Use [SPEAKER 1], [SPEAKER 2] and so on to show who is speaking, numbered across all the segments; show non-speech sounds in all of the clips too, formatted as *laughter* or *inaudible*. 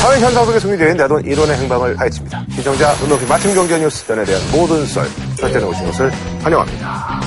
[SPEAKER 1] 수많은 현상 속에 숨기된 내돈 이론의 행방을 파헤칩니다. 시청자 눈높이 맞춤 경제 뉴스 전에 대한 모든 썰 설전에 오신 것을 환영합니다.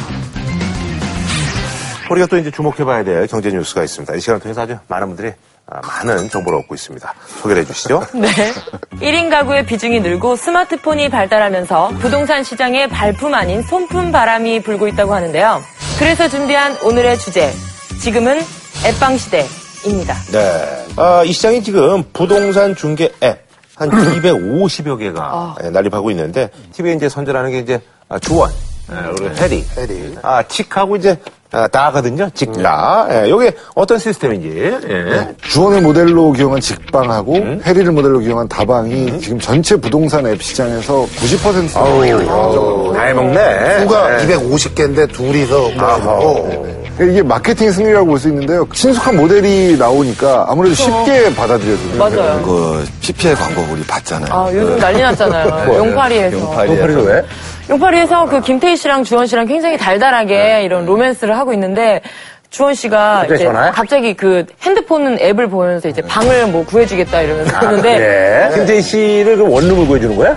[SPEAKER 1] 우리가 또 이제 주목해봐야 될 경제 뉴스가 있습니다. 이 시간 통해서 아주 많은 분들이 아, 많은 정보를 얻고 있습니다. 소개를 해주시죠.
[SPEAKER 2] 네. *laughs* 1인 가구의 비중이 늘고 스마트폰이 발달하면서 부동산 시장에 발품 아닌 손품 바람이 불고 있다고 하는데요. 그래서 준비한 오늘의 주제. 지금은 앱방 시대입니다.
[SPEAKER 1] 네. 아, 이 시장이 지금 부동산 중개 앱 한 250여 개가 예, 난립하고 있는데 TV에 이제 선전하는 게 이제 아, 주원, 예, 그리고 해리,
[SPEAKER 3] 해리.
[SPEAKER 1] 아, 칙하고 이제 아, 다거든요. 직다. 예, 이게 어떤 시스템인지. 예.
[SPEAKER 3] 주원을 모델로 기용한 직방하고 해리를 모델로 기용한 다방이 지금 전체 부동산 앱 시장에서 90%가
[SPEAKER 1] 잘 먹네. 예. 아,
[SPEAKER 4] 누가 250개인데 둘이서 먹고
[SPEAKER 3] 그러니까 이게 마케팅 승리라고 볼 수 있는데요. 신속한 모델이 나오니까 아무래도 쉽게 받아들여져요.
[SPEAKER 2] 맞아요.
[SPEAKER 5] 그 PPL 광고 우리 봤잖아요.
[SPEAKER 2] 아, 요즘 난리
[SPEAKER 5] *laughs*
[SPEAKER 2] 났잖아요. 용파리에서.
[SPEAKER 5] 용팔이에서.
[SPEAKER 1] 왜?
[SPEAKER 2] 용파리에서 그 김태희 씨랑 주원 씨랑 굉장히
[SPEAKER 5] 네.
[SPEAKER 2] 달달하게 이런 로맨스를 하고 있는데 주원 씨가
[SPEAKER 1] 갑자기
[SPEAKER 2] 이제
[SPEAKER 1] 전화해?
[SPEAKER 2] 갑자기 그 핸드폰 앱을 보면서
[SPEAKER 5] 네.
[SPEAKER 2] 이제 방을 뭐 구해주겠다 이러면서 하는데
[SPEAKER 1] 예. 김재희 씨를 그 원룸을 구해주는 거야?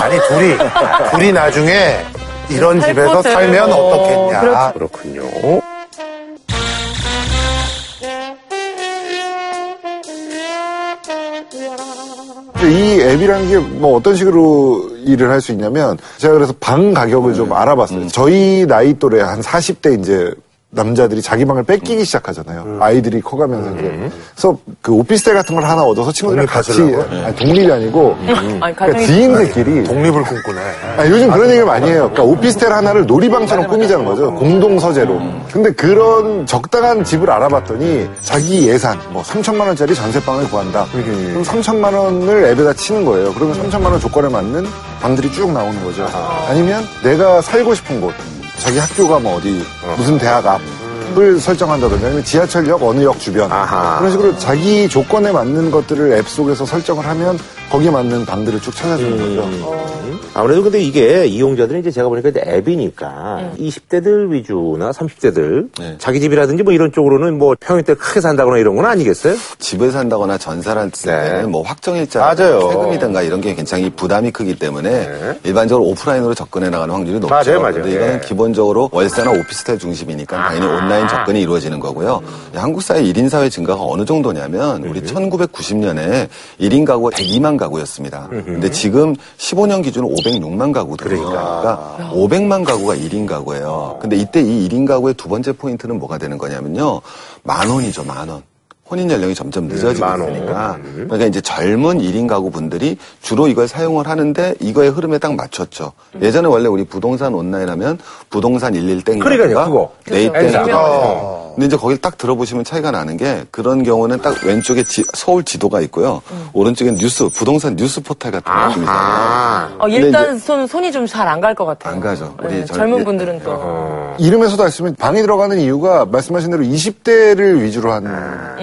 [SPEAKER 4] 아니 둘이 둘이 나중에 이런
[SPEAKER 2] 살
[SPEAKER 4] 집에서
[SPEAKER 2] 것을
[SPEAKER 4] 살면
[SPEAKER 2] 뭐,
[SPEAKER 4] 어떻겠냐
[SPEAKER 2] 그렇지.
[SPEAKER 1] 그렇군요.
[SPEAKER 3] 그러니까 이 앱이라는 게 뭐 어떤 식으로 일을 할 수 있냐면 제가 그래서 방 가격을 좀 알아봤어요. 저희 나이 또래 한 40대 이제 남자들이 자기 방을 뺏기기 시작하잖아요. 아이들이 커가면서 이제. 그래서 그 오피스텔 같은 걸 하나 얻어서 친구들이랑 같이 아니, 독립이 아니고
[SPEAKER 2] 아니,
[SPEAKER 3] 그러니까
[SPEAKER 2] 가정이
[SPEAKER 1] 음.
[SPEAKER 3] 지인들끼리
[SPEAKER 4] 독립을 꿈꾸네.
[SPEAKER 3] 아니, 요즘 그런 얘기를 많이 해요. 그러니까 오피스텔 하나를 놀이방처럼 꾸미자는 거죠. 공동서재로. 근데 그런 적당한 집을 알아봤더니 자기 예산, 뭐 3천만 원짜리 전세방을 구한다. 그럼 3천만 원을 앱에다 치는 거예요. 그러면 3천만 원 조건에 맞는 방들이 쭉 나오는 거죠. 아니면 내가 살고 싶은 곳, 자기 학교가 뭐 어디, 무슨 대학 앞. 을 설정한다든지 아니면 지하철역 어느 역 주변
[SPEAKER 1] 아하.
[SPEAKER 3] 그런 식으로 자기 조건에 맞는 것들을 앱 속에서 설정을 하면 거기에 맞는 방들을 쭉 찾아주는 거죠.
[SPEAKER 1] 아무래도 근데 이게 이용자들은 이제 제가 보니까 이제
[SPEAKER 2] 네.
[SPEAKER 1] 앱이니까 20대들 위주나 30대들
[SPEAKER 5] 네.
[SPEAKER 1] 자기 집이라든지 뭐 이런 쪽으로는 뭐 평일 때 크게 산다거나 이런 건 아니겠어요?
[SPEAKER 5] 집에 산다거나 전세를 쓸
[SPEAKER 1] 네.
[SPEAKER 5] 때는 뭐 확정일자,
[SPEAKER 1] 맞아요. 네.
[SPEAKER 5] 세금이든가 이런 게 굉장히 부담이 크기 때문에 일반적으로 오프라인으로 접근해 나가는 확률이 높죠.
[SPEAKER 1] 맞아요, 아. 맞아요.
[SPEAKER 5] 근데 이거는
[SPEAKER 1] 예.
[SPEAKER 5] 기본적으로 월세나 오피스텔 중심이니까 당연히 온라인 접근이 이루어지는 거고요.
[SPEAKER 1] 음.
[SPEAKER 5] 한국 사회 1인 사회 증가가 어느 정도냐면
[SPEAKER 1] 네.
[SPEAKER 5] 우리 1990년에 1인 가구가 102만 가구였습니다. 근데 지금 15년 기준 506만 가구 그러니까 500만 가구가 1인 가구예요. 근데 이때 이 1인 가구의 두 번째 포인트는 뭐가 되는 거냐면요. 만 원이죠, 만 원. 혼인 연령이 점점 늦어지고
[SPEAKER 1] 만 원.
[SPEAKER 5] 있으니까 그러니까 이제 젊은 1인 가구 분들이 주로 이걸 사용을 하는데 이거의 흐름에 딱 맞췄죠. 예전에 원래 우리 부동산 온라인 하면 부동산 11 땡이가
[SPEAKER 1] 그러니까요, 그거.
[SPEAKER 5] 네이땡
[SPEAKER 1] 그렇죠.
[SPEAKER 5] 가 근데 이제 거길 딱 들어보시면 차이가 나는 게 그런 경우는 딱 왼쪽에 지- 서울 지도가 있고요. 오른쪽엔 뉴스 부동산 뉴스 포털 같은 느낌이잖아요.
[SPEAKER 2] 어,
[SPEAKER 5] 근데
[SPEAKER 2] 일단 손, 손이 좀 잘 안 갈 것 같아요.
[SPEAKER 5] 안 가죠. 우리
[SPEAKER 2] 네,
[SPEAKER 5] 젊-
[SPEAKER 2] 젊은
[SPEAKER 5] 예,
[SPEAKER 2] 분들은 또.
[SPEAKER 3] 이름에서도 알 수 있으면 방에 들어가는 이유가 말씀하신 대로 20대를 위주로 한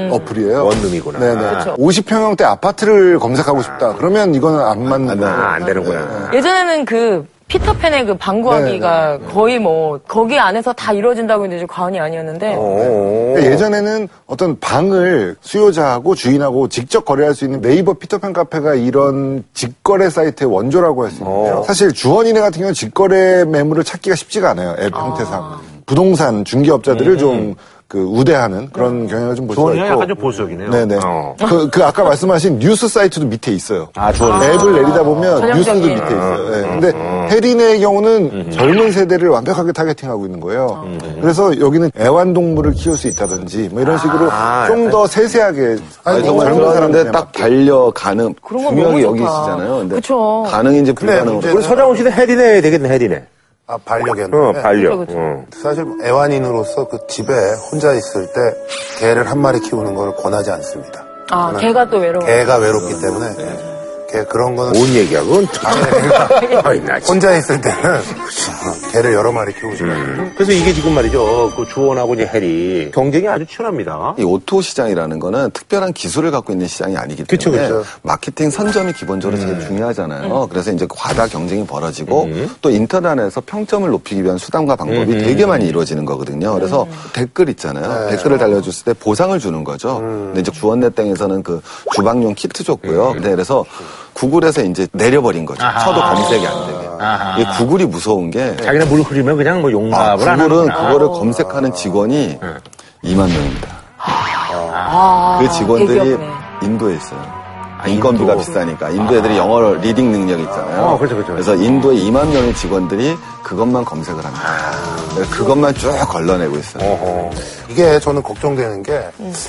[SPEAKER 3] 어플이에요.
[SPEAKER 1] 원룸이구나.
[SPEAKER 3] 네네. 50평형대 아파트를 검색하고 싶다. 그러면 이거는 안 맞는
[SPEAKER 1] 아,
[SPEAKER 3] 거예요.
[SPEAKER 1] 안 되는구나.
[SPEAKER 2] 예전에는 그 피터팬의 그 방구하기가 거의 뭐 거기 안에서 다 이루어진다고 했는데 좀 과언이 아니었는데
[SPEAKER 1] 어. 오.
[SPEAKER 3] 그러니까 예전에는 어떤 방을 수요자하고 주인하고 직접 거래할 수 있는 네이버 피터팬 카페가 이런 직거래 사이트의 원조라고 할 수
[SPEAKER 1] 어.
[SPEAKER 3] 있는데요. 사실 주원이네 같은 경우는 직거래 매물을 찾기가 쉽지가 않아요. 앱 형태상. 부동산 중개업자들을 좀 그 우대하는 그런 경향을 좀 볼 수가 있고.
[SPEAKER 1] 음. 주원이가 약간 좀 그러니까 보수적이네요.
[SPEAKER 3] 네네.
[SPEAKER 1] 어.
[SPEAKER 3] 그, 그 아까 말씀하신 뉴스 사이트도 밑에 있어요.
[SPEAKER 1] 아, 주원이.
[SPEAKER 3] 앱을 내리다 보면
[SPEAKER 2] 아, 전형적인.
[SPEAKER 3] 뉴스도 밑에 있어요. 예. 근데 해린의 경우는 젊은 세대를 완벽하게 타겟팅하고 있는
[SPEAKER 2] 아.
[SPEAKER 3] 거예요. 그래서 여기는 애완동물을 키울 수 있다든지 뭐 이런 식으로 좀 더 세세하게 뭐
[SPEAKER 5] 아니, 정말
[SPEAKER 3] 젊은
[SPEAKER 5] 그런데
[SPEAKER 3] 사람들에 딱
[SPEAKER 5] 딱 반려 가능
[SPEAKER 2] 그런 건 너무
[SPEAKER 5] 중요하게 여기
[SPEAKER 2] 좋다.
[SPEAKER 5] 있으잖아요. 근데
[SPEAKER 2] 그쵸.
[SPEAKER 5] 가능인지 불가능으로
[SPEAKER 4] 문제는
[SPEAKER 1] 우리 서장훈 씨는 해리네 되겠네, 해리네.
[SPEAKER 4] 아 반려견.
[SPEAKER 1] 어,
[SPEAKER 4] 네.
[SPEAKER 1] 반려.
[SPEAKER 2] 그렇죠, 그쵸, 그쵸.
[SPEAKER 1] 어.
[SPEAKER 4] 사실 뭐 애완인으로서 그 집에 혼자 있을 때 개를 한 마리 키우는 걸 권하지 않습니다.
[SPEAKER 2] 아 개가 또 외로워.
[SPEAKER 4] 개가 외롭기 때문에 걔 그런 거는 *laughs*
[SPEAKER 1] 뭔 얘기야
[SPEAKER 2] *laughs*
[SPEAKER 1] 그건
[SPEAKER 2] 네.
[SPEAKER 1] 아이 나 진짜.
[SPEAKER 4] 혼자 있을 때는 개를 여러 마리 키우지만
[SPEAKER 1] 그래서 이게 지금 말이죠 그 주원하고 이제 해리 경쟁이 아주 치열합니다
[SPEAKER 5] 이 오토 시장이라는 거는 특별한 기술을 갖고 있는 시장이 아니기 때문에
[SPEAKER 1] 그쵸, 그쵸. 음.
[SPEAKER 5] 마케팅 선점이 기본적으로 제일 중요하잖아요. 그래서 이제 과다 경쟁이 벌어지고 또 인터넷에서 평점을 높이기 위한 수단과 방법이
[SPEAKER 1] 음.
[SPEAKER 5] 되게 많이 이루어지는 거거든요. 그래서 댓글 있잖아요.
[SPEAKER 1] 네.
[SPEAKER 5] 댓글을 달려줬을 때 보상을 주는 거죠.
[SPEAKER 1] 음.
[SPEAKER 5] 근데 이제 주원내땡에서는 그 주방용 키트 줬고요. 근데 그래서 구글에서 이제 내려버린 거죠. 쳐도 검색이 안 되게. 이게 구글이 무서운 게
[SPEAKER 1] 자기네 물 흐리면 그냥 뭐
[SPEAKER 5] 아,
[SPEAKER 1] 용납을 안
[SPEAKER 5] 구글은
[SPEAKER 1] 하는구나. 네.
[SPEAKER 5] 그거를 검색하는 직원이 2만 명입니다.
[SPEAKER 2] 아,
[SPEAKER 5] 그 직원들이
[SPEAKER 2] 대기업네.
[SPEAKER 5] 인도에 있어요.
[SPEAKER 1] 아,
[SPEAKER 5] 인건비가 비싸니까 인도 애들이 영어 리딩 능력이 있잖아요.
[SPEAKER 1] 어, 아. 그렇죠, 그렇죠.
[SPEAKER 5] 래서 인도의 2만 명의 직원들이 그것만 검색을 합니다. 그래서 그것만 쭉 걸러내고 있어요.
[SPEAKER 4] 이게 저는 걱정되는 게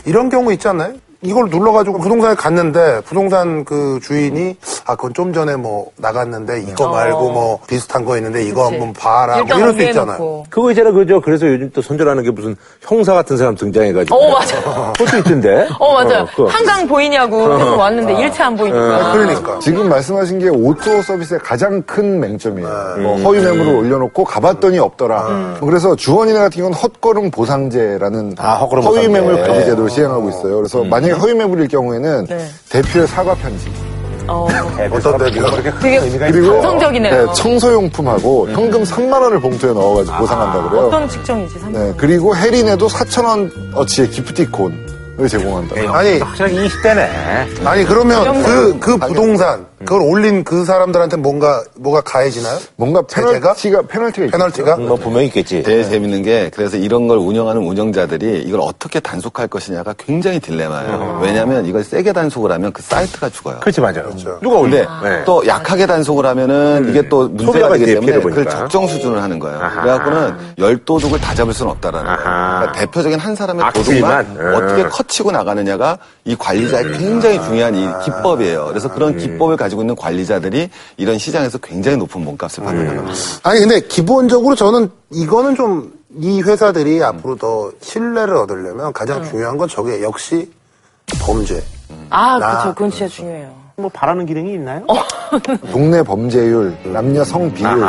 [SPEAKER 4] 이런 경우 있지 않나요? 이걸 눌러가지고 부동산에 갔는데 부동산 그 주인이 아 그건 좀 전에 뭐 나갔는데 이거 말고 뭐 비슷한 거 있는데 이거
[SPEAKER 2] 음. 어. 그치.
[SPEAKER 4] 한번 봐라 뭐
[SPEAKER 2] 일단
[SPEAKER 4] 이럴 수
[SPEAKER 2] 옮겨놓고.
[SPEAKER 4] 있잖아요.
[SPEAKER 1] 그거 있잖아 그죠 그래서 요즘 또 손절하는 게 무슨 형사 같은 사람 등장해가지고
[SPEAKER 2] 어, 맞아.
[SPEAKER 1] 그것도 있던데
[SPEAKER 2] 어, 맞아요.
[SPEAKER 1] 그거.
[SPEAKER 2] 한강 보이냐고 해서 왔는데 일체 안
[SPEAKER 3] 어,
[SPEAKER 2] 보이니까.
[SPEAKER 4] 그러니까
[SPEAKER 3] 지금 말씀하신 게 오토 서비스의 가장 큰 맹점이에요. 뭐 허위 매물을 올려놓고 가봤더니 없더라. 뭐 그래서 주원이나 같은 경우는 헛걸음 보상제라는
[SPEAKER 1] 아, 헛걸음
[SPEAKER 3] 허위
[SPEAKER 1] 보상제.
[SPEAKER 3] 매물 관리 제도를 시행하고 있어요. 그래서 만약에 허위 매물일 경우에는
[SPEAKER 2] 네.
[SPEAKER 3] 대표의 사과 편지
[SPEAKER 2] 어,
[SPEAKER 1] 네,
[SPEAKER 4] 어떤 데 누가 그렇게
[SPEAKER 2] 되게 감성적이네요.
[SPEAKER 3] 네, 청소용품하고 현금 3만 원을 봉투에 넣어가지고 보상한다 그래요.
[SPEAKER 2] 어떤 직종이지, 삼성?
[SPEAKER 3] 네, 그리고 해린에도 4천 원 어치의 기프티콘을 제공한다.
[SPEAKER 4] 아니
[SPEAKER 1] 확실히 20대네
[SPEAKER 4] 아니 그러면 그 그
[SPEAKER 2] 음.
[SPEAKER 4] 부동산 그걸 올린 그 사람들한테 뭔가 뭐가 가해지나요?
[SPEAKER 3] 뭔가
[SPEAKER 4] 제재가?
[SPEAKER 3] 페널티가 페널티가 있
[SPEAKER 4] 페널티가?
[SPEAKER 1] 뭐 분명히 있겠지
[SPEAKER 5] 제일 재밌는 게 그래서 이런 걸 운영하는 운영자들이 이걸 어떻게 단속할 것이냐가 굉장히 딜레마예요. 왜냐하면 이걸 세게 단속을 하면 그 사이트가 죽어요.
[SPEAKER 1] 음. 그렇지 맞아요 음. 누가
[SPEAKER 5] 근데
[SPEAKER 1] 올래
[SPEAKER 5] 또 약하게 단속을 하면은 이게 또
[SPEAKER 1] 음.
[SPEAKER 5] 문제가
[SPEAKER 1] 소비자가
[SPEAKER 5] 되기
[SPEAKER 1] 이제
[SPEAKER 5] 때문에
[SPEAKER 1] 피해를
[SPEAKER 5] 그걸
[SPEAKER 1] 보니까.
[SPEAKER 5] 적정 수준을 하는 거예요. 그래갖고는 열 도둑을 다 잡을 수는 없다라는 거예요.
[SPEAKER 1] 아하.
[SPEAKER 5] 그러니까 대표적인 한 사람의
[SPEAKER 1] 악질만? 음.
[SPEAKER 5] 도둑만 어떻게 커치고 나가느냐가 이 관리자의 굉장히 중요한 이
[SPEAKER 1] 아.
[SPEAKER 5] 기법이에요. 그래서 그런
[SPEAKER 1] 음.
[SPEAKER 5] 기법을 가지고 있는 관리자들이 이런 시장에서 굉장히 높은 몸값을
[SPEAKER 1] 음.
[SPEAKER 5] 받는다는 거예요.
[SPEAKER 4] 아니 근데 기본적으로 저는 이거는 좀 이 회사들이 앞으로 더 신뢰를 얻으려면 가장
[SPEAKER 2] 음.
[SPEAKER 4] 중요한 건 저게 역시 범죄.
[SPEAKER 2] 아, 그쵸. 그건 진짜 중요해요.
[SPEAKER 1] 뭐 바라는 기능이 있나요?
[SPEAKER 3] 동네 범죄율, 남녀 성 비율,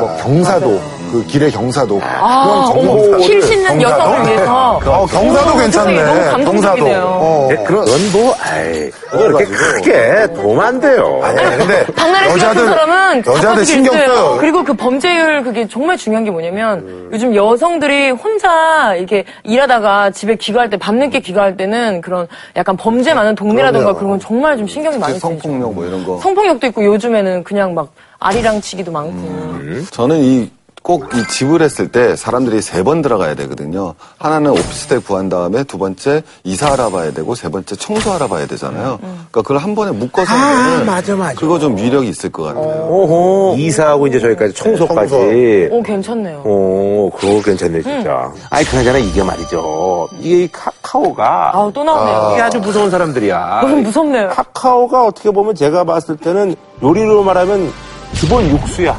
[SPEAKER 3] 뭐 경사도, 그 길의 경사도 그런
[SPEAKER 2] 아,
[SPEAKER 3] 정보
[SPEAKER 2] 힐 신는 여성을 위해서.
[SPEAKER 4] 아, 어, 경사도 괜찮네.
[SPEAKER 2] 너무 감동적이네요.
[SPEAKER 4] 어.
[SPEAKER 1] 예, 그런 연보 뭐, 아이 그거 이렇게 크게 도움 안 돼요
[SPEAKER 4] 아니, 네, 근데
[SPEAKER 2] 박나래 씨 같은 사람은
[SPEAKER 4] 여자들
[SPEAKER 2] 자꾸
[SPEAKER 4] 신경
[SPEAKER 2] 이렇게
[SPEAKER 4] 써요.
[SPEAKER 2] 그리고 그 범죄율 그게 정말 중요한 게 뭐냐면 요즘 여성들이 혼자 이렇게 일하다가 집에 귀가할 때 밤늦게 귀가할 때는 그런 약간 범죄 많은 동네라던가 그런 건 정말 좀 신경이 많이 쓰이죠.
[SPEAKER 5] 성폭력 뭐 이런 거.
[SPEAKER 2] 성폭력도 있고 요즘에는 그냥 막 아리랑 치기도 많고.
[SPEAKER 4] 음.
[SPEAKER 5] 저는 이 꼭 이 집을 했을 때 사람들이 세 번 들어가야 되거든요. 하나는 오피스텔 구한 다음에 두 번째 이사 알아봐야 되고 세 번째 청소 알아봐야 되잖아요. 그러니까 그걸 한 번에 묶어서 하면은 그거 좀 위력이 있을 것 같아요.
[SPEAKER 1] 오호 이사하고 이제 저기까지 청소까지
[SPEAKER 2] 오 괜찮네요.
[SPEAKER 1] 오, 그거 괜찮네, 진짜.
[SPEAKER 2] 음.
[SPEAKER 1] 아니, 그나저나 이게 말이죠. 이게 이 카카오가.
[SPEAKER 2] 아우, 또 나오네요.
[SPEAKER 1] 이게 아주 무서운 사람들이야.
[SPEAKER 2] 너무 무섭네요.
[SPEAKER 1] 아. 카카오가 어떻게 보면 제가 봤을 때는 요리로 말하면 기본 육수야.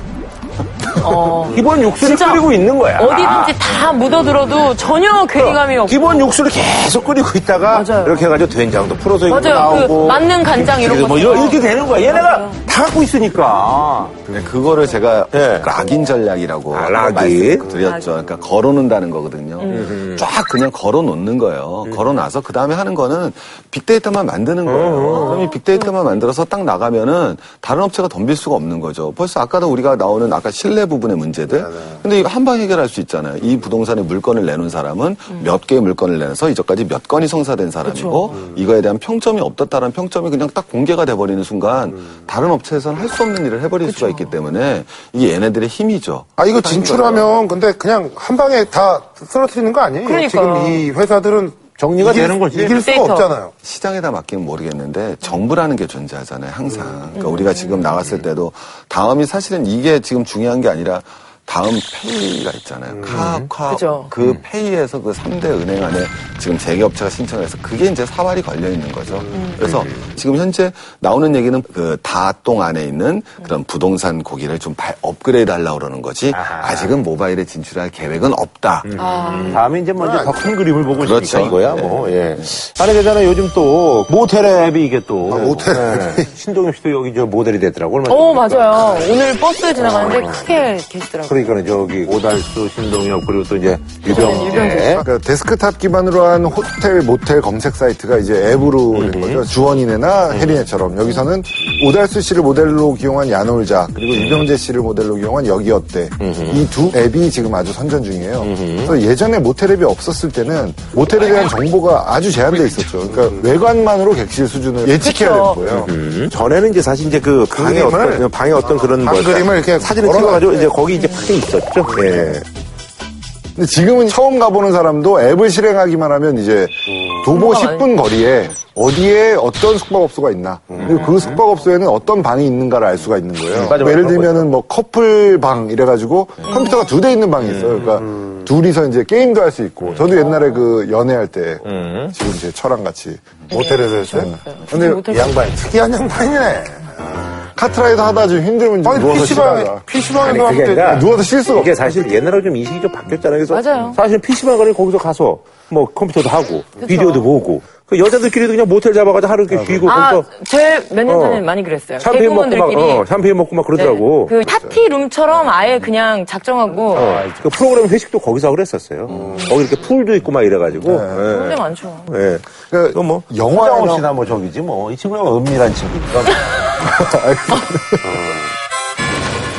[SPEAKER 2] 어.
[SPEAKER 1] 기본 육수를
[SPEAKER 2] 진짜
[SPEAKER 1] 끓이고 있는 거야.
[SPEAKER 2] 어디든지 다 묻어들어도 전혀 괴리감이 없고.
[SPEAKER 1] 기본 육수를 계속 끓이고 있다가
[SPEAKER 2] 맞아요.
[SPEAKER 1] 이렇게 해가지고 된장도 풀어서 입고
[SPEAKER 2] 맞아요. 그
[SPEAKER 1] 나오고
[SPEAKER 2] 맞는 간장 이런 거.
[SPEAKER 1] 뭐 이런- 이렇게 되는 거야. 얘네가 다 갖고 있으니까.
[SPEAKER 5] 근데 네, 그거를 제가
[SPEAKER 1] 음. 예.
[SPEAKER 5] 락인 전략이라고
[SPEAKER 1] 아,
[SPEAKER 5] 아까
[SPEAKER 1] 락인?
[SPEAKER 5] 말씀드렸죠. 그러니까 걸어놓는다는 거거든요. 쫙 그냥 걸어놓는 거예요. 걸어놔서 그 다음에 하는 거는 빅데이터만 만드는 거예요. 그럼 이 빅데이터만 만들어서 딱 나가면은 다른 업체가 덤빌 수가 없는 거죠. 벌써 아까도 우리가 나오는 아까 신뢰 부분의 문제들. 근데 이거 한 방 해결할 수 있잖아요. 이 부동산에 물건을 내놓은 사람은 몇 개의 물건을 내놔서 이전까지 몇 건이 성사된 사람이고 이거에 대한 평점이 없었다라는 평점이 그냥 딱 공개가 돼버리는 순간 다른 업체에서는 할 수 없는 일을 해버릴 수가 있기 때문에 이게 얘네들의 힘이죠.
[SPEAKER 4] 아 이거 진출하면 근데 그냥 한 방에 다 쓰러뜨리는 거 아니에요?
[SPEAKER 2] 그러니까.
[SPEAKER 4] 지금 이 회사들은
[SPEAKER 1] 정리가
[SPEAKER 4] 이길-
[SPEAKER 1] 되는 거지.
[SPEAKER 4] 이길 수가
[SPEAKER 2] 데이터.
[SPEAKER 4] 없잖아요.
[SPEAKER 5] 시장에다 맡기면 모르겠는데 정부라는
[SPEAKER 1] 음.
[SPEAKER 5] 게
[SPEAKER 1] 예.
[SPEAKER 5] 존재하잖아요 항상 그러니까 우리가 지금 나왔을 때도 다음이 사실은 이게 지금 중요한 게 아니라 다음 페이가 있잖아요.
[SPEAKER 1] 음.
[SPEAKER 5] 카카
[SPEAKER 2] 그죠.
[SPEAKER 5] 그 페이에서 그 3대 은행 안에 지금 재개업체가 신청해서 그게 이제 사활이 걸려 있는 거죠.
[SPEAKER 1] 음.
[SPEAKER 5] 그래서 지금 현재 나오는 얘기는 그 다동 안에 있는 그런 부동산 고기를 좀 발- 업그레이드 하려고 그러는 거지
[SPEAKER 1] 아하.
[SPEAKER 5] 아직은 모바일에 진출할 계획은 없다.
[SPEAKER 1] 다음에 이제
[SPEAKER 4] 아,
[SPEAKER 1] 먼저 더 큰 그림을 보고
[SPEAKER 5] 그렇죠.
[SPEAKER 1] 있으니까 이거야
[SPEAKER 5] 네.
[SPEAKER 1] 뭐. 예. 아니 그잖아 요즘 또 모텔 앱이 이게 또
[SPEAKER 4] 아, 모텔
[SPEAKER 1] 예. *laughs* 신동엽 씨도 여기 저 모델이 됐더라고 얼마
[SPEAKER 2] 어, 맞아요. 오늘 버스 지나가는데 크게 계시더라고요.
[SPEAKER 1] 그러니까 저기 오달수 신동엽 그리고 또 이제
[SPEAKER 4] 아, 네,
[SPEAKER 1] 유병재
[SPEAKER 3] 그러니까 데스크탑 기반으로 한 호텔, 모텔 검색 사이트가 이제 앱으로 된 거죠. 주원이네나 혜린애처럼. 여기서는 오달수 씨를 모델로 기용한 야놀자, 그리고 유병재 씨를 모델로 기용한 여기어때. 이 두 앱이 지금 아주 선전 중이에요. 그래서 예전에 모텔 앱이 없었을 때는 모텔에 대한 정보가 아주 제한돼 있었죠. 그러니까 외관만으로 객실 수준을 예측해야 되는 거예요.
[SPEAKER 1] 음. 전에는 이제 사실 이제 그 방에
[SPEAKER 4] 그림을-
[SPEAKER 1] 어떤 방에 어떤 그런
[SPEAKER 4] 방
[SPEAKER 1] 뭐
[SPEAKER 4] 그림을 이렇게
[SPEAKER 1] 사진을
[SPEAKER 4] 걸어가지고 네.
[SPEAKER 1] 찍어가지고 이제 거기 이제 밖에 있었죠. 예.
[SPEAKER 3] 근데 지금은 처음 가보는 사람도 앱을 실행하기만 하면 이제 도보
[SPEAKER 2] 금방
[SPEAKER 3] 10분 거리에 어디에 어떤 숙박업소가 있나 그리고 그 숙박업소에는 어떤 방이 있는가를 알 수가 있는
[SPEAKER 4] 음,
[SPEAKER 3] 거예요.
[SPEAKER 1] 맞아, 맞아,
[SPEAKER 3] 예를
[SPEAKER 1] 그런
[SPEAKER 3] 들면은 뭐 커플 방 이래가지고 컴퓨터가 두 대 있는 방이 있어요. 그러니까
[SPEAKER 4] 음.
[SPEAKER 3] 둘이서 이제 게임도 할 수 있고 저도 옛날에 그 연애할 때
[SPEAKER 4] 음.
[SPEAKER 3] 지금 제 철랑 같이
[SPEAKER 2] 음.
[SPEAKER 4] 모텔에서 했어요?
[SPEAKER 2] 모텔
[SPEAKER 4] 근데 이 양반이 특이한 양반이네.
[SPEAKER 3] 카트라이더 하다 좀 힘들면 좀
[SPEAKER 4] 아니,
[SPEAKER 3] 누워서 쉬다가
[SPEAKER 4] PC방, PC방에서
[SPEAKER 1] 아니, 그게
[SPEAKER 4] 하면
[SPEAKER 1] 아니라
[SPEAKER 4] 되지.
[SPEAKER 3] 네, 누워서 쉴 수가
[SPEAKER 1] 이게
[SPEAKER 3] 없어.
[SPEAKER 1] 사실 옛날하고 좀 인식이 좀 바뀌었잖아요. 그래서
[SPEAKER 2] 맞아요.
[SPEAKER 1] 사실 PC방 가면 거기서 가서 뭐 컴퓨터도 하고 비디오도 보고 그 여자들끼리도 그냥 모텔 잡아가지고 하루 이렇게 쉬고
[SPEAKER 2] 아,
[SPEAKER 1] 거기서
[SPEAKER 2] 제일 몇 년
[SPEAKER 1] 어.
[SPEAKER 2] 전에 많이 그랬어요.
[SPEAKER 1] 샴페인 먹고 막
[SPEAKER 2] 개그우먼들끼리.
[SPEAKER 1] 어, 샴페인 먹고 막
[SPEAKER 2] 아, 네,
[SPEAKER 1] 그러더라고.
[SPEAKER 2] 그 파티 룸처럼 아예 그냥 작정하고
[SPEAKER 1] 어, 그 프로그램 회식도 거기서 하고 그랬었어요.
[SPEAKER 3] 음.
[SPEAKER 1] 거기 이렇게 풀도 있고 막 이래가지고.
[SPEAKER 3] 네.
[SPEAKER 1] 예.
[SPEAKER 2] 그런 데 많죠.
[SPEAKER 1] 예.
[SPEAKER 3] 그러니까
[SPEAKER 1] 그거 뭐
[SPEAKER 3] 영화나-
[SPEAKER 1] 영화 없이나 뭐 저기지 뭐 이 친구는 은밀한
[SPEAKER 4] *laughs*
[SPEAKER 1] 친구니까.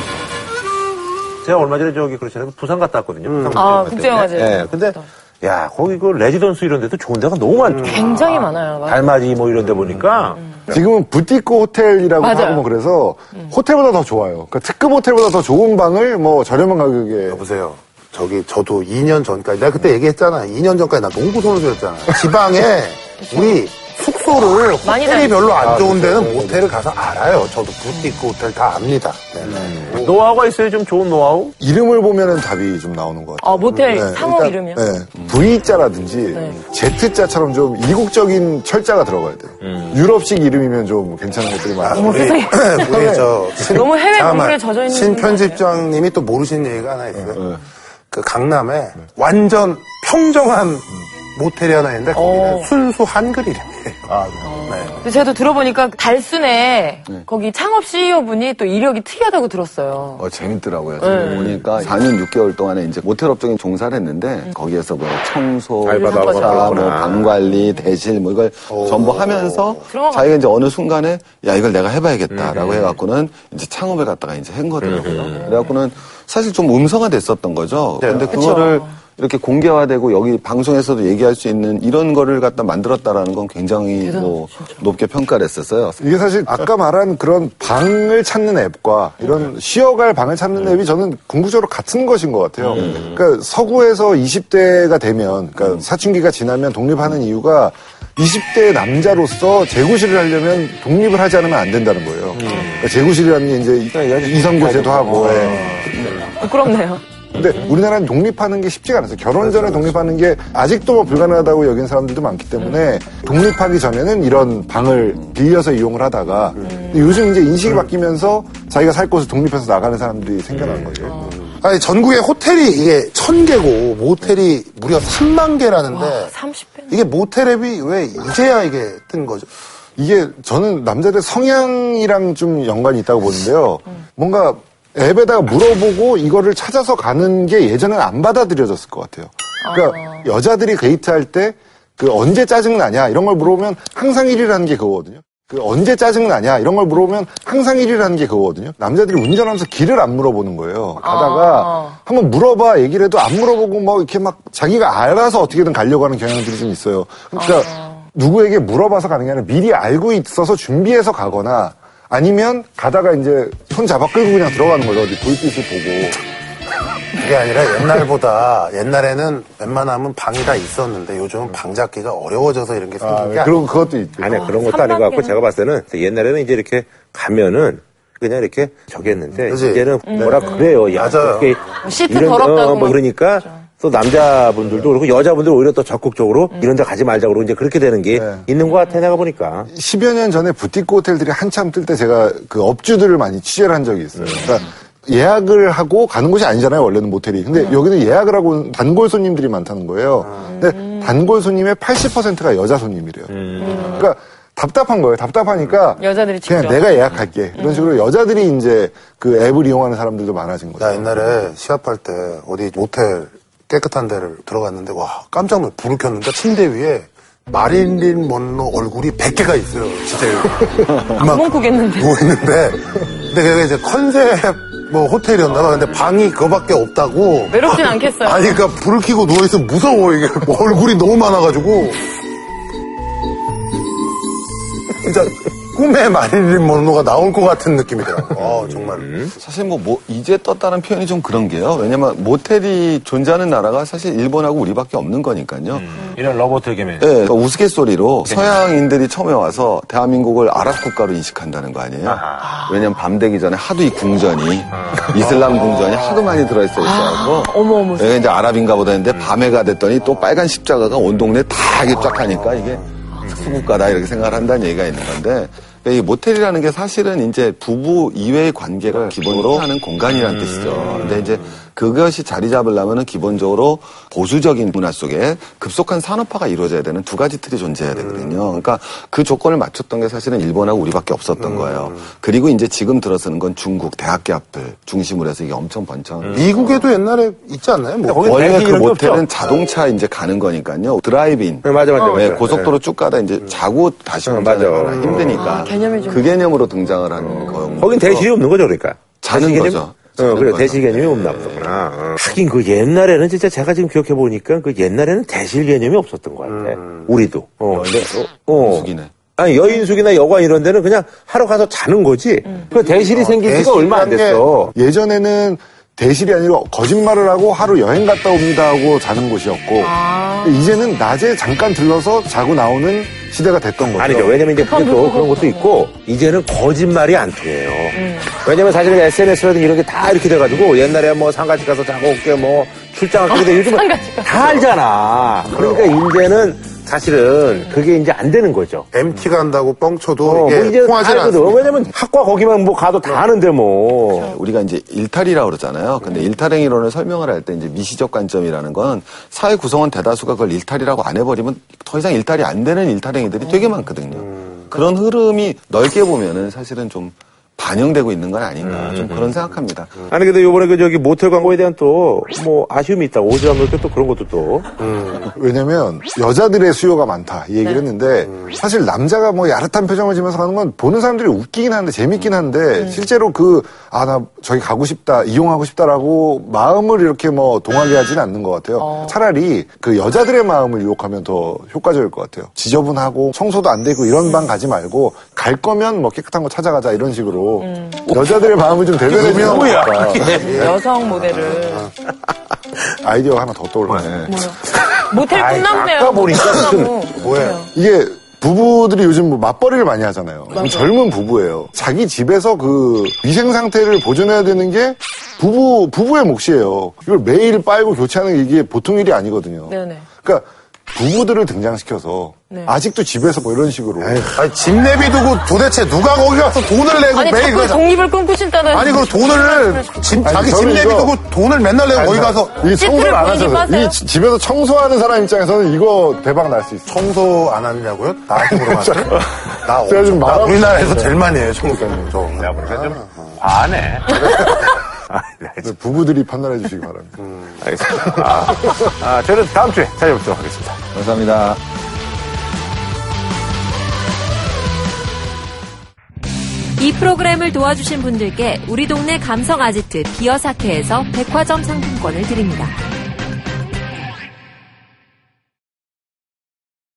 [SPEAKER 1] 어. 제가 얼마 전에 저기 그렇잖아요. 부산 갔다 왔거든요.
[SPEAKER 4] 음.
[SPEAKER 1] 부산
[SPEAKER 2] 아,
[SPEAKER 1] 국제영화
[SPEAKER 2] 국제영화제.
[SPEAKER 1] 때문에. 예. 근데 야 거기 그 레지던스 이런 데도 좋은 데가 너무 많죠.
[SPEAKER 4] 음.
[SPEAKER 2] 굉장히 많아요. 맞아요.
[SPEAKER 1] 달맞이 뭐 이런 데 보니까 음.
[SPEAKER 3] 지금은 부티크 호텔이라고
[SPEAKER 2] 맞아요.
[SPEAKER 3] 하고 뭐 그래서 호텔보다 더 좋아요. 그러니까 특급 호텔보다 더 좋은 방을 뭐 저렴한 가격에
[SPEAKER 4] 보세요. 저기 저도 2년 전까지 내가 그때 얘기했잖아. 2년 전까지 나 농구 선수였잖아.
[SPEAKER 2] *laughs*
[SPEAKER 4] 지방에 우리 숙소를
[SPEAKER 2] 많이
[SPEAKER 4] 호텔이
[SPEAKER 2] 다니죠.
[SPEAKER 4] 별로 안 좋은 데는 모텔을 가서 알아요. 저도 부티크 호텔 다 압니다. 네.
[SPEAKER 1] 노하우가 있어요. 좀 좋은 노하우.
[SPEAKER 3] 이름을 보면은 답이 좀 나오는 것 같아요.
[SPEAKER 2] 어, 모텔
[SPEAKER 3] 네,
[SPEAKER 2] 상호
[SPEAKER 3] 일단,
[SPEAKER 2] 이름이요?
[SPEAKER 3] 네, V자라든지 Z자처럼 좀 이국적인 철자가 들어가야 돼요. 유럽식 이름이면 좀 괜찮은 것들이 많아요.
[SPEAKER 1] 네.
[SPEAKER 4] 우리,
[SPEAKER 1] *laughs*
[SPEAKER 4] 우리 저 신-
[SPEAKER 2] 네. 너무 해외
[SPEAKER 4] 잠깐만.
[SPEAKER 2] 공부에 젖어 있는
[SPEAKER 4] 신편집장님이 또 모르시는 얘기가 하나 있어요. 그 강남에 완전 평정한 모텔이 하나 있는데 거기는
[SPEAKER 2] 어.
[SPEAKER 4] 순수 한글 이름이에요. 네.
[SPEAKER 2] 근데 제가 또 들어보니까 달순에
[SPEAKER 1] 네.
[SPEAKER 2] 거기 창업 CEO분이 또 이력이 특이하다고 들었어요.
[SPEAKER 5] 어, 재밌더라고요.
[SPEAKER 2] 네.
[SPEAKER 5] 저는 보니까 4년 6개월 동안에 이제 모텔 업종에 종사를
[SPEAKER 2] 음.
[SPEAKER 5] 했는데 거기에서 뭐 청소,
[SPEAKER 1] 알바도 하고
[SPEAKER 5] 세차, 뭐
[SPEAKER 1] 그러구나.
[SPEAKER 5] 방관리, 대실 뭐 이걸 전부 하면서
[SPEAKER 2] 그런 거
[SPEAKER 5] 자기가 이제 어느 순간에 야 이걸 내가
[SPEAKER 1] 음,
[SPEAKER 5] 해봐야겠다라고 해갖고는 이제 창업에 갔다가 이제 한 거더라고요. 그래갖고는 사실 좀 음성화됐었던 거죠.
[SPEAKER 1] 네.
[SPEAKER 5] 근데 그거를 이렇게 공개화되고 여기 방송에서도 얘기할 수 있는 이런 거를 갖다 만들었다라는 건 굉장히 뭐 높게 평가를 했었어요.
[SPEAKER 3] 이게 사실 아까 말한 그런 방을 찾는 앱과 이런 쉬어갈 방을 찾는 앱이 저는 궁극적으로 같은 것인 것 같아요. 그러니까 서구에서 20대가 되면, 그러니까 사춘기가 지나면 독립하는 이유가 20대 남자로서 재구실을 하려면 독립을 하지 않으면 안 된다는 거예요. 그러니까 재구실이라는 게 이제 이성교제도 하고, 예.
[SPEAKER 2] 부끄럽네요.
[SPEAKER 3] 근데 우리나라는 독립하는 게 쉽지가 않아서 결혼 전에 독립하는 게 아직도 뭐 불가능하다고 여긴 사람들도 많기 때문에 독립하기 전에는 이런 방을 빌려서 이용을 하다가 근데 요즘 이제 인식이 바뀌면서 자기가 살 곳을 독립해서 나가는 사람들이 생겨나는 거죠.
[SPEAKER 4] 아니 전국에 호텔이 이게 천 개고 모텔이 무려 3만 개라는데
[SPEAKER 2] 아, 30배.
[SPEAKER 4] 이게 모텔 앱이 왜 이제야 이게 네, 뜬 거죠?
[SPEAKER 3] 이게 저는 남자들 성향이랑 좀 연관이 있다고 보는데요. 뭔가 앱에다가 물어보고 이거를 찾아서 가는 게 예전엔 안 받아들여졌을 것 같아요. 그러니까 여자들이 데이트할 때 그 언제 짜증나냐 이런 걸 물어보면 항상 1위라는 게 그거거든요. 그 언제 짜증나냐 이런 걸 물어보면 항상 1위라는 게 그거거든요. 남자들이 운전하면서 길을 안 물어보는 거예요. 가다가 한번 물어봐 얘기를 해도 안 물어보고 막 이렇게 막 자기가 알아서 어떻게든 가려고 하는 경향들이 좀 있어요. 그러니까 누구에게 물어봐서 가는 게 아니라 미리 알고 있어서 준비해서 가거나 아니면 가다가 이제 손 잡아 끌고 그냥 들어가는 거죠. 어디 불빛을 보고.
[SPEAKER 4] 그게 아니라 옛날보다 옛날에는 웬만하면 방이 다 있었는데 요즘은 방 잡기가 어려워져서 이런 게 생긴 게 그러니까 아니라
[SPEAKER 3] 그리고 그것도 있고.
[SPEAKER 1] 아니 그런 것도
[SPEAKER 2] 삼만
[SPEAKER 1] 아닌 것 같고
[SPEAKER 2] 개는-
[SPEAKER 1] 제가 봤을 때는 옛날에는 이제 이렇게 가면은 그냥 이렇게 저기 했는데
[SPEAKER 4] 그지?
[SPEAKER 1] 네, 이제는 뭐라 그래요. 야,
[SPEAKER 4] 맞아요.
[SPEAKER 1] 어떻게
[SPEAKER 2] 음, 시트
[SPEAKER 1] 이런-
[SPEAKER 2] 더럽다고
[SPEAKER 1] 어, 뭐
[SPEAKER 2] 막
[SPEAKER 1] 그러니까 또 남자분들도 그렇고 여자분들 오히려 더 적극적으로
[SPEAKER 2] 음.
[SPEAKER 1] 이런 데 가지 말자고 그러고 이제 그렇게 되는 게
[SPEAKER 4] 네.
[SPEAKER 1] 있는 것 같아 내가 보니까.
[SPEAKER 3] 10여 년 전에 부티크 호텔들이 한참 뜰 때 제가 그 업주들을 많이 취재를 한 적이 있어요. 그러니까 예약을 하고 가는 곳이 아니잖아요, 원래는 모텔이. 근데
[SPEAKER 2] 네.
[SPEAKER 3] 여기는 예약을 하고 온 단골 손님들이 많다는 거예요.
[SPEAKER 2] 아.
[SPEAKER 3] 근데 단골 손님의 80%가 여자 손님이래요. 그러니까 답답한 거예요. 답답하니까
[SPEAKER 2] 음. 여자들이 직접. 음.
[SPEAKER 3] 그냥 내가 예약할게. 이런 식으로 여자들이 이제 그 앱을 이용하는 사람들도 많아진 거죠.
[SPEAKER 4] 나 옛날에 시합할 때 어디 모텔 깨끗한 데를 들어갔는데 와 깜짝 놀라 불을 켰는데 침대 위에 마릴린 먼로 얼굴이 100개가 있어요. 진짜
[SPEAKER 2] 구멍 구겠는데.
[SPEAKER 1] 뭐.
[SPEAKER 4] 누워있는데 근데 그게 이제 컨셉 뭐 호텔이었나 봐. 근데 방이 그거밖에 없다고
[SPEAKER 2] 외롭진 않겠어요.
[SPEAKER 4] 아니, 그러니까 불을 켜고 누워있으면 무서워, 이게. 얼굴이 너무 많아가지고. 진짜 꿈에 마릴린 먼로가 나올 것 같은
[SPEAKER 1] 어.
[SPEAKER 4] 느낌이더라고. 아, 정말.
[SPEAKER 5] 사실 뭐, 뭐 이제 떴다는 표현이 좀 그런 게요. 왜냐면 모텔이 존재하는 나라가 사실 일본하고 우리밖에 없는 거니까요.
[SPEAKER 1] 음, 이런 러버트 개맨.
[SPEAKER 5] 예, 그러니까 우스갯소리로 서양인들이 처음에 와서 대한민국을 아랍 국가로 인식한다는 거 아니에요? 왜냐면 밤 되기 전에 하도 이 궁전이
[SPEAKER 1] 아.
[SPEAKER 5] 이슬람 궁전이 하도 많이 들어있어 있어서
[SPEAKER 2] 어머, 어머.
[SPEAKER 1] 네.
[SPEAKER 5] 예, 이제 아랍인가 보다 했는데 밤에 가 됐더니 또 빨간 십자가가 온 동네 다 이게 쫙 하니까 이게 특수국가다 이렇게 생각을 한다는 얘기가 있는 건데 그러니까 이 모텔이라는 게 사실은 이제 부부 이외의 관계가 기본으로 하는 공간이라는 뜻이죠. 근데 이제 그것이 자리 잡으려면은 기본적으로 보수적인 문화 속에 급속한 산업화가 이루어져야 되는 두 가지 틀이 존재해야 되거든요. 그러니까 그 조건을 맞췄던 게 사실은 일본하고 우리밖에 없었던 거예요. 그리고 이제 지금 들어서는 건 중국 대학교 앞을 중심으로 해서 이게 엄청 번창.
[SPEAKER 4] 미국에도 옛날에 있지 않나요? 뭐.
[SPEAKER 1] 거기
[SPEAKER 5] 원래
[SPEAKER 1] 벨기
[SPEAKER 5] 그
[SPEAKER 1] 이런 게
[SPEAKER 5] 모텔은
[SPEAKER 1] 없죠?
[SPEAKER 5] 자동차 이제 가는 거니까요. 드라이브인.
[SPEAKER 1] 네, 맞아, 맞아,
[SPEAKER 4] 어,
[SPEAKER 5] 예,
[SPEAKER 1] 맞아.
[SPEAKER 5] 고속도로 쭉 가다 이제 자고 다시
[SPEAKER 1] 어,
[SPEAKER 5] 오는
[SPEAKER 1] 맞아.
[SPEAKER 5] 거라 힘드니까.
[SPEAKER 2] 개념이 좀-
[SPEAKER 5] 그 개념으로 등장을
[SPEAKER 1] 음.
[SPEAKER 5] 하는 거예요.
[SPEAKER 1] 거긴 대실이 없는 거죠, 그러니까.
[SPEAKER 5] 자는
[SPEAKER 1] 대실 개념?
[SPEAKER 5] 거죠.
[SPEAKER 1] 어,
[SPEAKER 5] 자는
[SPEAKER 1] 그래,
[SPEAKER 5] 거죠.
[SPEAKER 1] 대실 개념이 없나 보구나. 어. 하긴 그 옛날에는 진짜 제가 지금 기억해 보니까 그 옛날에는 대실 개념이 없었던 것 같아. 우리도. 어, 근데, 어.
[SPEAKER 5] 여인숙이네.
[SPEAKER 1] 아니, 여인숙이나 여관 이런 데는 그냥 하러 가서 자는 거지.
[SPEAKER 2] 음.
[SPEAKER 1] 그 대실이 생긴 지가 얼마 안 됐어.
[SPEAKER 3] 네, 예전에는 대실이 아니라 거짓말을 하고 하루 여행 갔다 옵니다 하고 자는 곳이었고 이제는 낮에 잠깐 들러서 자고 나오는 시대가 됐던 거죠.
[SPEAKER 1] 아니죠. 왜냐면 이제 그게
[SPEAKER 2] 뭐.
[SPEAKER 1] 또 그런 것도 있고, 이제는 거짓말이 안 통해요.
[SPEAKER 2] 음.
[SPEAKER 1] 왜냐면 사실은 SNS라든지 이런 게 다 이렇게 돼가지고, 옛날에 뭐 상가집 가서 자고 올게, 뭐 출장을 가게 돼. 요즘은
[SPEAKER 2] 상가집 가서.
[SPEAKER 1] 다 알잖아. 그러니까 이제는 사실은 그게 이제 안 되는 거죠.
[SPEAKER 4] MT 간다고 뻥쳐도
[SPEAKER 1] 어,
[SPEAKER 4] 이게
[SPEAKER 1] 뭐 이제 다
[SPEAKER 4] 통하지
[SPEAKER 1] 알거든.
[SPEAKER 4] 않습니다.
[SPEAKER 1] 왜냐면 학과 거기만 뭐 가도 다 아는데 뭐.
[SPEAKER 5] 네, 우리가 이제 일탈이라고 그러잖아요.
[SPEAKER 1] 음.
[SPEAKER 5] 근데 일탈행 이론을 설명을 할 때 이제 미시적 관점이라는 건 사회 구성원 대다수가 그걸 일탈이라고 안 해버리면 더 이상 일탈이 안 되는 일탈행위들이 되게 많거든요.
[SPEAKER 1] 음.
[SPEAKER 5] 그런 흐름이 넓게 보면은 사실은 좀 반영되고 있는 건
[SPEAKER 1] 음.
[SPEAKER 5] 아닌가 좀 그런 생각합니다.
[SPEAKER 1] 아니 근데 요번에 그 저기 모텔 광고에 대한 또 뭐 아쉬움이 있다. 오지랖 넓게 또 그런 것도 또.
[SPEAKER 3] 왜냐면 여자들의 수요가 많다 이 얘기를 했는데 사실 남자가 뭐 야릇한 표정을 지면서 가는 건 보는 사람들이 웃기긴 한데 재밌긴 한데 실제로 그 아 나 저기 가고 싶다 이용하고 싶다라고 마음을 이렇게 뭐 동하게 하진 않는 것 같아요. 차라리 그 여자들의 마음을 유혹하면 더 효과적일 것 같아요. 지저분하고 청소도 안 되고 이런 방 가지 말고 갈 거면 뭐 깨끗한 거 찾아가자 이런 식으로 여자들의 마음을 좀 대변해 주면
[SPEAKER 2] 예. 여성 모델을.
[SPEAKER 1] 아.
[SPEAKER 3] 아이디어 가 하나 더 떠올랐네.
[SPEAKER 2] 모텔 끝났네요.
[SPEAKER 1] 아까 보니까
[SPEAKER 2] 끝나고.
[SPEAKER 1] *laughs*
[SPEAKER 4] 뭐예요?
[SPEAKER 3] 이게 부부들이 요즘 뭐 맞벌이를 많이 하잖아요. 그럼 젊은 부부예요. 자기 집에서 그 위생 상태를 보존해야 되는 게 부부 부부의 몫이에요. 이걸 매일 빨고 교체하는 게 이게 보통 일이 아니거든요.
[SPEAKER 2] 네네.
[SPEAKER 3] 그러니까 부부들을 등장시켜서
[SPEAKER 2] 네.
[SPEAKER 3] 아직도 집에서 뭐 이런 식으로
[SPEAKER 4] 아니, 집 내비두고 도대체 누가 거기 가서 돈을 내고
[SPEAKER 2] 아니
[SPEAKER 4] 매일
[SPEAKER 2] 자꾸
[SPEAKER 4] 그러자.
[SPEAKER 2] 독립을 꿈꾸신다는.
[SPEAKER 4] 아니, 그리고 돈을, 집,
[SPEAKER 3] 아니,
[SPEAKER 4] 자기 집
[SPEAKER 3] 저는 이거-
[SPEAKER 4] 내비두고 돈을 맨날 내고 네, 거기 가서
[SPEAKER 3] 이
[SPEAKER 2] 찌푸를
[SPEAKER 3] 청소를 안
[SPEAKER 2] 보이지
[SPEAKER 3] 하셔서
[SPEAKER 2] 마세요.
[SPEAKER 3] 이 지- 집에서 청소하는 사람 입장에서는 이거 대박 날 수 있어요.
[SPEAKER 4] 청소 안 하느냐고요? 나한테
[SPEAKER 3] *laughs*
[SPEAKER 4] 물어봤어요? 나,
[SPEAKER 3] 제가 지금
[SPEAKER 4] 나
[SPEAKER 3] 말하고
[SPEAKER 4] 우리나라에서 제일 많이 해요, 청소. 저.
[SPEAKER 1] 아, 네.
[SPEAKER 4] 네.
[SPEAKER 1] *laughs*
[SPEAKER 3] 부부들이 판단해 주시기 바랍니다.
[SPEAKER 1] 알겠습니다. 아, 아, 저는 다음 주에 찾아뵙도록 하겠습니다.
[SPEAKER 5] 감사합니다.
[SPEAKER 6] 이 프로그램을 도와주신 분들께 우리 동네 감성 아지트 비어사케에서 백화점 상품권을 드립니다.